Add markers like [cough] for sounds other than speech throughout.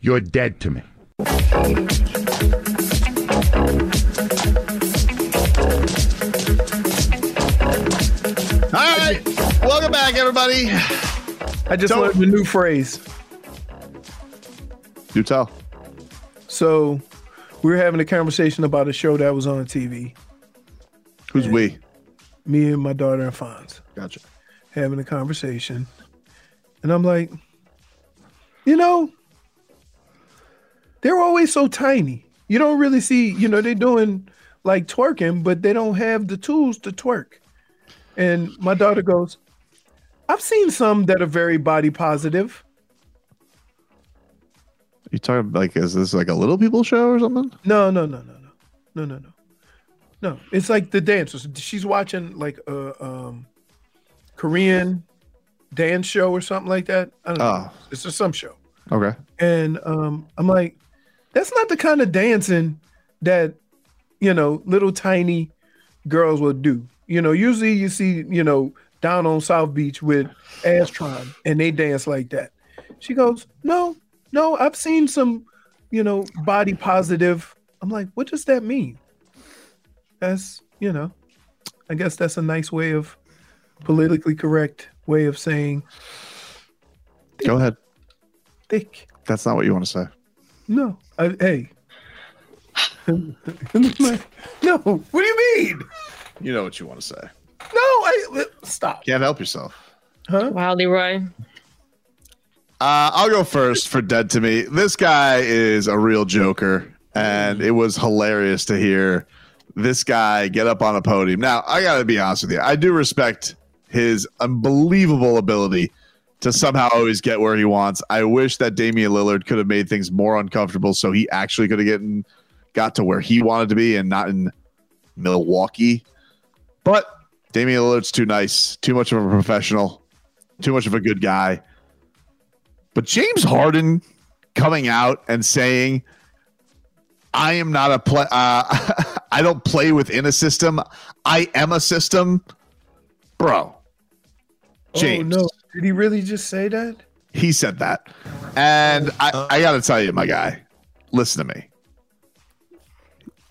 You're dead to me. All right, welcome back, everybody. I just Don't- learned a new phrase. Do tell. So we were having a conversation about a show that was on TV. Who's we? Me and my daughter and Fonz Gotcha. having a conversation. And I'm like, you know, they're always so tiny. You don't really see, you know, they're doing like twerking, but they don't have the tools to twerk. And my daughter goes, I've seen some that are very body positive. You talking like is this like a little people show or something? No, no, no, no, no, no, no, no, no. It's like the dancers. She's watching like a um, Korean dance show or something like that. I don't know. Oh, It's just some show, okay. and um, I'm like, that's not the kind of dancing that you know little tiny girls will do. You know, usually you see you know down on South Beach with Astron, and they dance like that. She goes, no, no, I've seen some you know, body positive. I'm like, what does that mean? That's, you know, I guess that's a nice way of politically correct way of saying Go ahead. thick. That's not what you want to say. No, I, hey. [laughs] no, what do you mean? You know what you want to say. No, I stop. Can't help yourself. Huh? Wow, Leroy. Uh, I'll go first for Dead to Me. This guy is a real joker, and it was hilarious to hear this guy get up on a podium. Now, I got to be honest with you. I do respect his unbelievable ability to somehow always get where he wants. I wish that Damian Lillard could have made things more uncomfortable so he actually could have gotten got to where he wanted to be and not in Milwaukee. But Damian Lillard's too nice, too much of a professional, too much of a good guy. But James Harden coming out and saying, "I am not a play. Uh, [laughs] I don't play within a system. I am a system, bro." James, Oh, no. Did he really just say that? he said that, and I, I got to tell you, my guy, listen to me.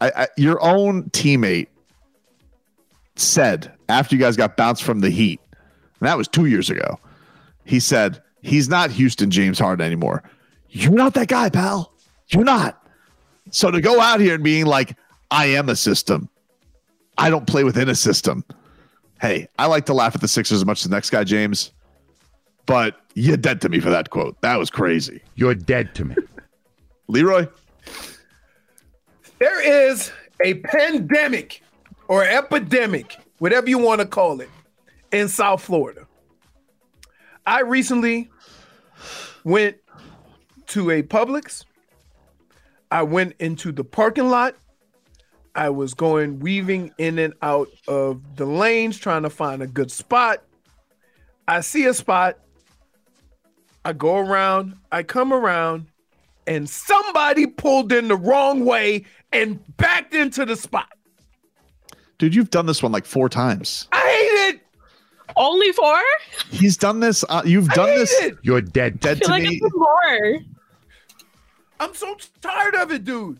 I, I, your own teammate said after you guys got bounced from the Heat, and that was two years ago. He said he's not Houston James Harden anymore. You're not that guy, pal. You're not. So to go out here and being like, I am a system. I don't play within a system. Hey, I like to laugh at the Sixers as much as the next guy, James. But you're dead to me for that quote. That was crazy. You're dead to me. Leroy, There is a pandemic or epidemic, whatever you want to call it, in South Florida. I recently went to a Publix. I went into the parking lot. I was going weaving in and out of the lanes trying to find a good spot. I see a spot. I go around, I come around, and somebody pulled in the wrong way and backed into the spot. dude, you've done this one like four times. I hate it. Only four? I He's done this. Uh, you've I done hate this. it. You're dead to Dead feel to like me. it's more. I'm so tired of it, dude.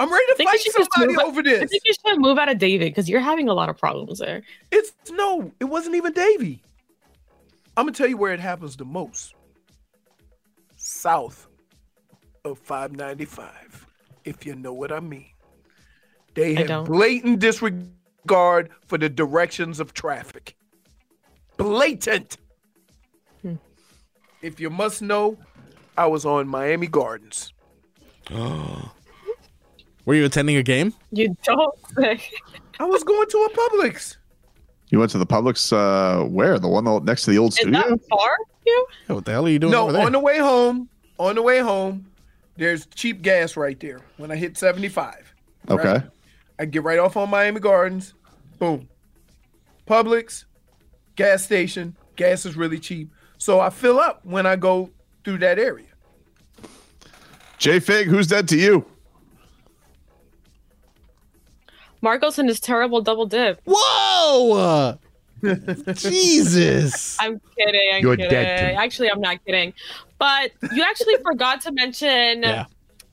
I'm ready to think fight you should just somebody move up- over I this. think you should move out of David because you're having a lot of problems there. It's no, it wasn't even Davy. I'm gonna tell you where it happens the most. South of 595, if you know what I mean. They I have don't. blatant disregard for the directions of traffic. Blatant. Hmm. If you must know, I was on Miami Gardens. Were you attending a game? You don't [laughs] say. I was going to a Publix. You went to the Publix. Uh, where the one that- next to the old Is studio? that far? from You? Yeah, what the hell are you doing No, over there? on the way home, on the way home, there's cheap gas right there. When I hit 75, okay. right. I get right off on Miami Gardens. Boom. Publix, gas station. Gas is really cheap. So I fill up when I go through that area. Jay Fig, who's dead to you? Marcos and his terrible double dip. Whoa! Uh, Jesus! I'm kidding. I'm You're kidding. dead to me. Actually, I'm not kidding. But you actually forgot to mention Yeah.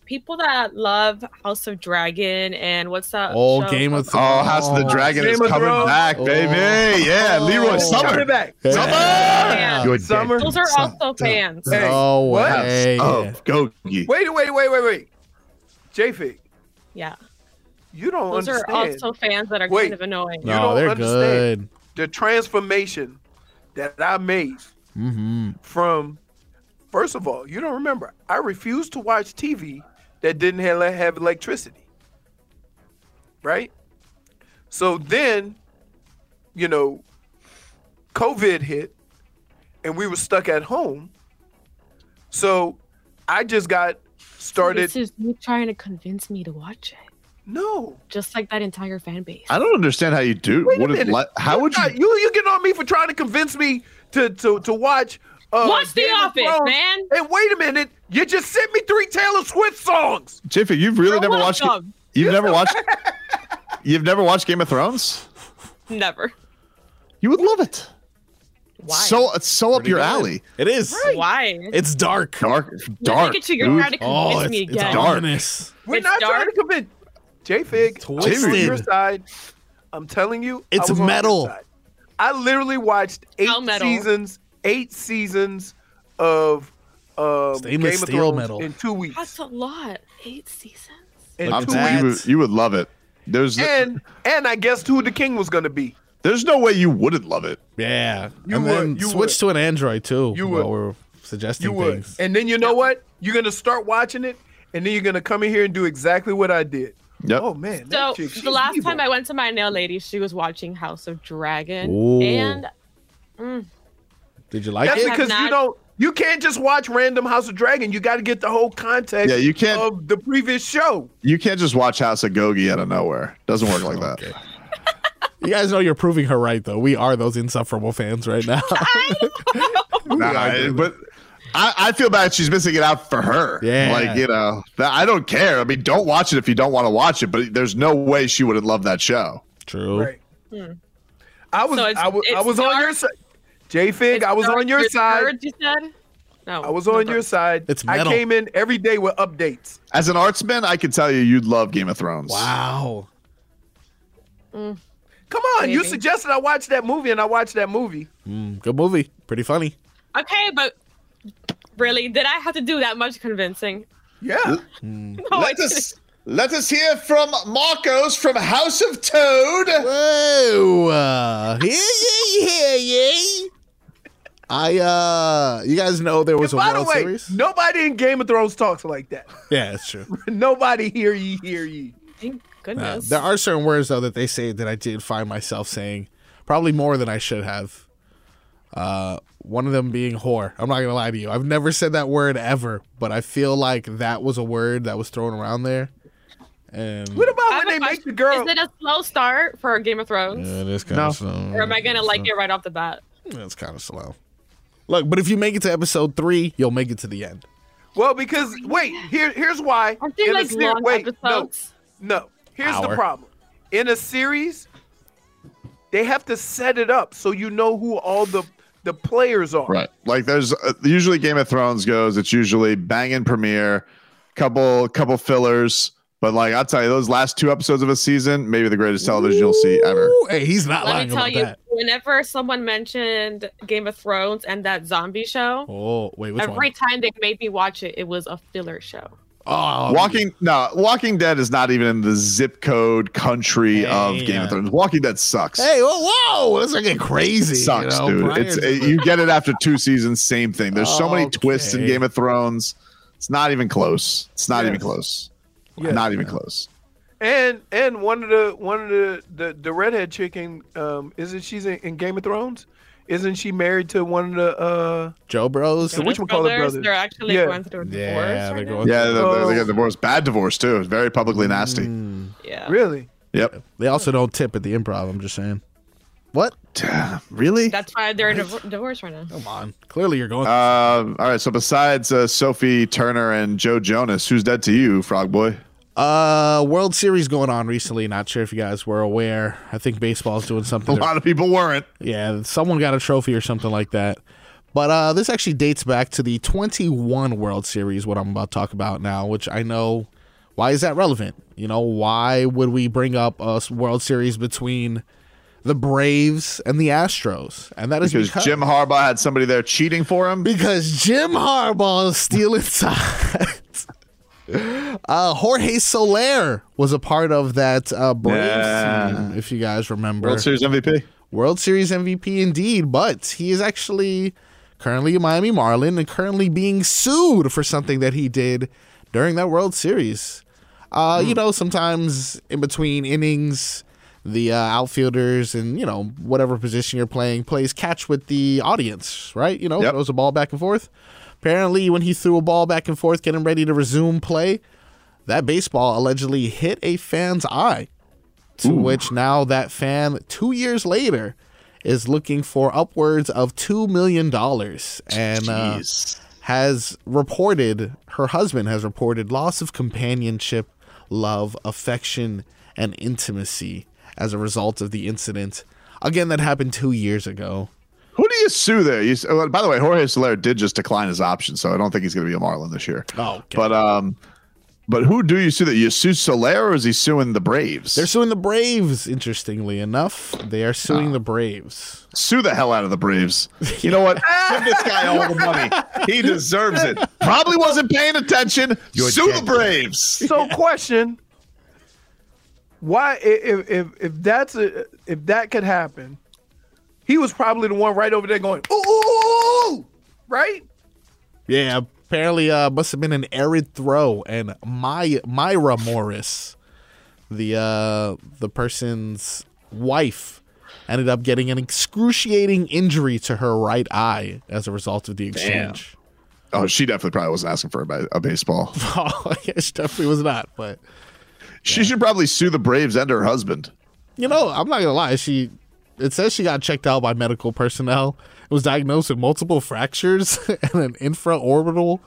people that love House of Dragon and what's that? Oh, show Game of called? Thrones. Oh, House of the Dragon is Game of coming Thrones. Oh. back, Oh. baby. Yeah, Leroy It's Summer. Coming back. Yeah. Yeah. You're Summer. dead. Those are also Son- fans. Hey, No what? way. Oh, Gogi. Wait, wait, wait, wait, wait. J-Fig, Yeah. you don't Those are understand also fans that are Wait. kind of annoying. You No, don't they're understand. good. the transformation that I made Mm-hmm. from, first of all, you don't remember, I refused to watch TV that didn't have, have electricity. Right? So then, you know, COVID hit and we were stuck at home. So I just got started. This is you trying to convince me to watch it, no. just like that entire fan base. I don't understand how you do. Wait What a is minute. li- how would you? you? You you getting on me for trying to convince me to to to watch. Uh, watch The Game of Office, Thrones. man. And wait a minute, you just sent me three Taylor Swift songs. Jiffy, you've really You're never watched. welcome. You've never watched. You've never watched Game of Thrones. Never. You would love it. Why? So it's so up your alley. It is. Why? It's dark. Dark, dark. Look at you. You're dude. trying to convince Oh, it's, me it's again. dark. ominous. We're It's not trying to dark. convince. J Fig, I'm on your Twisted. side. I'm telling you, I It's was on your metal. side. I literally watched eight How metal? seasons, eight seasons of um, Game Stainless of steel Thrones metal. in two weeks. That's a lot. Eight seasons. In I'm two telling you, you, that. would- you would love it. There's weeks. And and I guessed who the king was gonna be. there's no way you wouldn't love it. Yeah. You and then would, you switch would. to an Android too. You while would. We're suggesting You would. things. And then you know what? You're gonna start watching it, and then you're gonna come in here and do exactly what I did. Yep. Oh man. So that chick, she's the last evil. time I went to my nail lady, she was watching House of Dragon, Ooh. and mm, Did you like that's it? have because you not- don't you can't just watch random House of Dragon. You gotta get the whole context Yeah, you can't- of the previous show. You can't just watch House of Gogi out of nowhere. Doesn't work like that. Okay. you guys know you're proving her right though. We are those insufferable fans right now. Oh, Nah, I- but I, I feel bad she's missing it out for her. Yeah. Like, you know, that, I don't care. I mean, don't watch it if you don't want to watch it, but there's no way she would have loved that show. True. Right. I was So it's- I was I it's was on your dark. side. J Fig, It's I was dark, on your it's side. dark, You said? No, I was on your side. It's I metal. came in every day with updates. As an artsman, I can tell you, you'd love Game of Thrones. Wow. Come on, you Maybe. suggested I watch that movie and I watched that movie. Mm, good movie. Pretty funny. Okay, but really, did I have to do that much convincing? [laughs] Yeah. No, Oh, I Let didn't. us, let us hear from Marcos from House of Toad. Whoa. Uh, yeah, yeah, yeah, yeah. I uh you guys know there was a By the World way, Series? nobody in Game of Thrones talks like that. [laughs] Yeah, it's true. nobody hear ye hear ye. Thank Uh, goodness. there are certain words though that they say that I did find myself saying probably more than I should have. Uh, one of them being whore. I'm not gonna lie to you. I've never said that word ever, but I feel like that was a word that was thrown around there. And What about I have when a they make question. the girl? Is it a slow start for Game of Thrones, Yeah, it is kind No. of slow. or am I gonna like it right off the bat? It's kind of slow. Look, but if you make it to episode three, you'll make it to the end. Well, because wait, here here's why. I think In a like ser- long wait, episodes. No, no. Here's the Hour. problem. In a series, they have to set it up so you know who all the the players are. Right. Like there's uh, usually Game of Thrones goes. It's usually banging premiere, couple couple fillers. But like I'll tell you, those last two episodes of a season, maybe the greatest television you'll Oh, see ever. Ooh, Hey, he's not Let lying me tell about you, that. whenever someone mentioned Game of Thrones and that zombie show, Oh wait, which every time they made me watch it, it was a filler show. one? Oh, Walking no, Walking Dead is not even in the zip code country of Game Yeah. of Thrones. Walking Dead sucks. Hey, whoa, whoa, that's like getting crazy. It sucks, you know? dude. Brian it's does it- you get it after two seasons. Same thing. There's so many twists in Okay. Game of Thrones. It's not even close. It's not even Yes. close. Yes. Not even close. And and one of the one of the the, the redhead chicken, um, isn't she's in, in Game of Thrones? Isn't she married to one of the uh Joe Bros. So which one called it brothers? They're actually Yeah. going through a divorce. Yeah, right they're now? going- Yeah, they, they- they Oh. got divorced. Bad divorce too. It's Very publicly nasty. Mm. yeah. really? Yep. They also don't tip at the improv. I'm just saying. What? Really? That's why they're in a div- divorce right now. Come on. Clearly, you're going. Um, all right. So besides uh, Sophie Turner and Joe Jonas, who's dead to you, Frog Boy? Uh, World Series going on recently. Not sure if you guys were aware. I think baseball's doing A [laughs] something. lot of people weren't. yeah, someone got a trophy or something like that. But uh, this actually dates back to the 21 World Series, what I'm about to talk about now, which I know. Why is that relevant? You know, why would we bring up a s- World Series between the Braves and the Astros? And that is because Jim Harbaugh had somebody there cheating for him. because Jim Harbaugh is stealing [laughs] sides. Uh, Jorge Soler was a part of that uh, Braves Yeah. team, if you guys remember. World Series MVP. World Series MVP indeed, but he is actually currently a Miami Marlin and currently being sued for something that he did during that World Series. Uh, You know, sometimes in between innings, the uh, outfielders and you know whatever position you're playing plays catch with the audience, right? You know, Yep. throws a ball back and forth. Apparently, when he threw a ball back and forth, getting ready to resume play, that baseball allegedly hit a fan's eye to which now that fan two years later is looking for upwards of two million dollars and uh, Jeez. has reported her husband has reported loss of companionship love affection and intimacy as a result of the incident again that happened two years ago Who do you sue there? You, s- oh, by the way, Jorge Soler did just decline his option, so I don't think he's going to be a Marlin this year. Oh, okay. but um, but who do you sue that? You sue Soler, or is he suing the Braves? they're suing the braves interestingly enough they are suing the braves sue the hell out of the Braves. You know [laughs] what? Give this guy all the money. He deserves it. Probably wasn't paying attention. sue the Braves. So, question: Why, i- if if if that's a, if that could happen, he was probably the one right over there going, ooh, ooh, ooh, ooh," right? yeah apparently uh must have been an arid throw and my myra morris the uh, the person's wife ended up getting an excruciating injury to her right eye as a result of the exchange. [laughs] Oh, she definitely probably wasn't asking for a, ba- a baseball. Oh, yes, definitely was not. But She should probably sue the Braves and her husband. you know, I'm not gonna lie. She it says she got checked out by medical personnel. It was diagnosed with multiple fractures [laughs] and an infraorbital.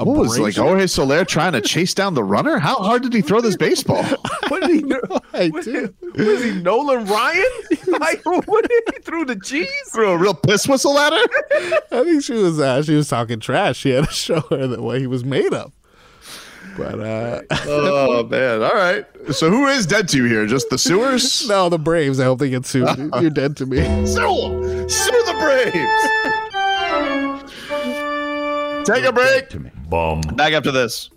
What was like abrasion. Jorge Soler trying to chase down the runner? How hard did he throw this baseball? What did he do? [laughs] [laughs] I Was he, did. was he Nolan Ryan? Like, what did he through the cheese? Threw a real piss whistle at her. I think she was uh, she was talking trash. She had to [laughs] show her that what he was made of. But uh, [laughs] Oh [laughs] man! All right. So who is dead to you here? Just the sewers? [laughs] no, the Braves. I hope they get sued. You're dead to me. Sue 'em! Sue the Braves! Take a break. Bum. Back after this.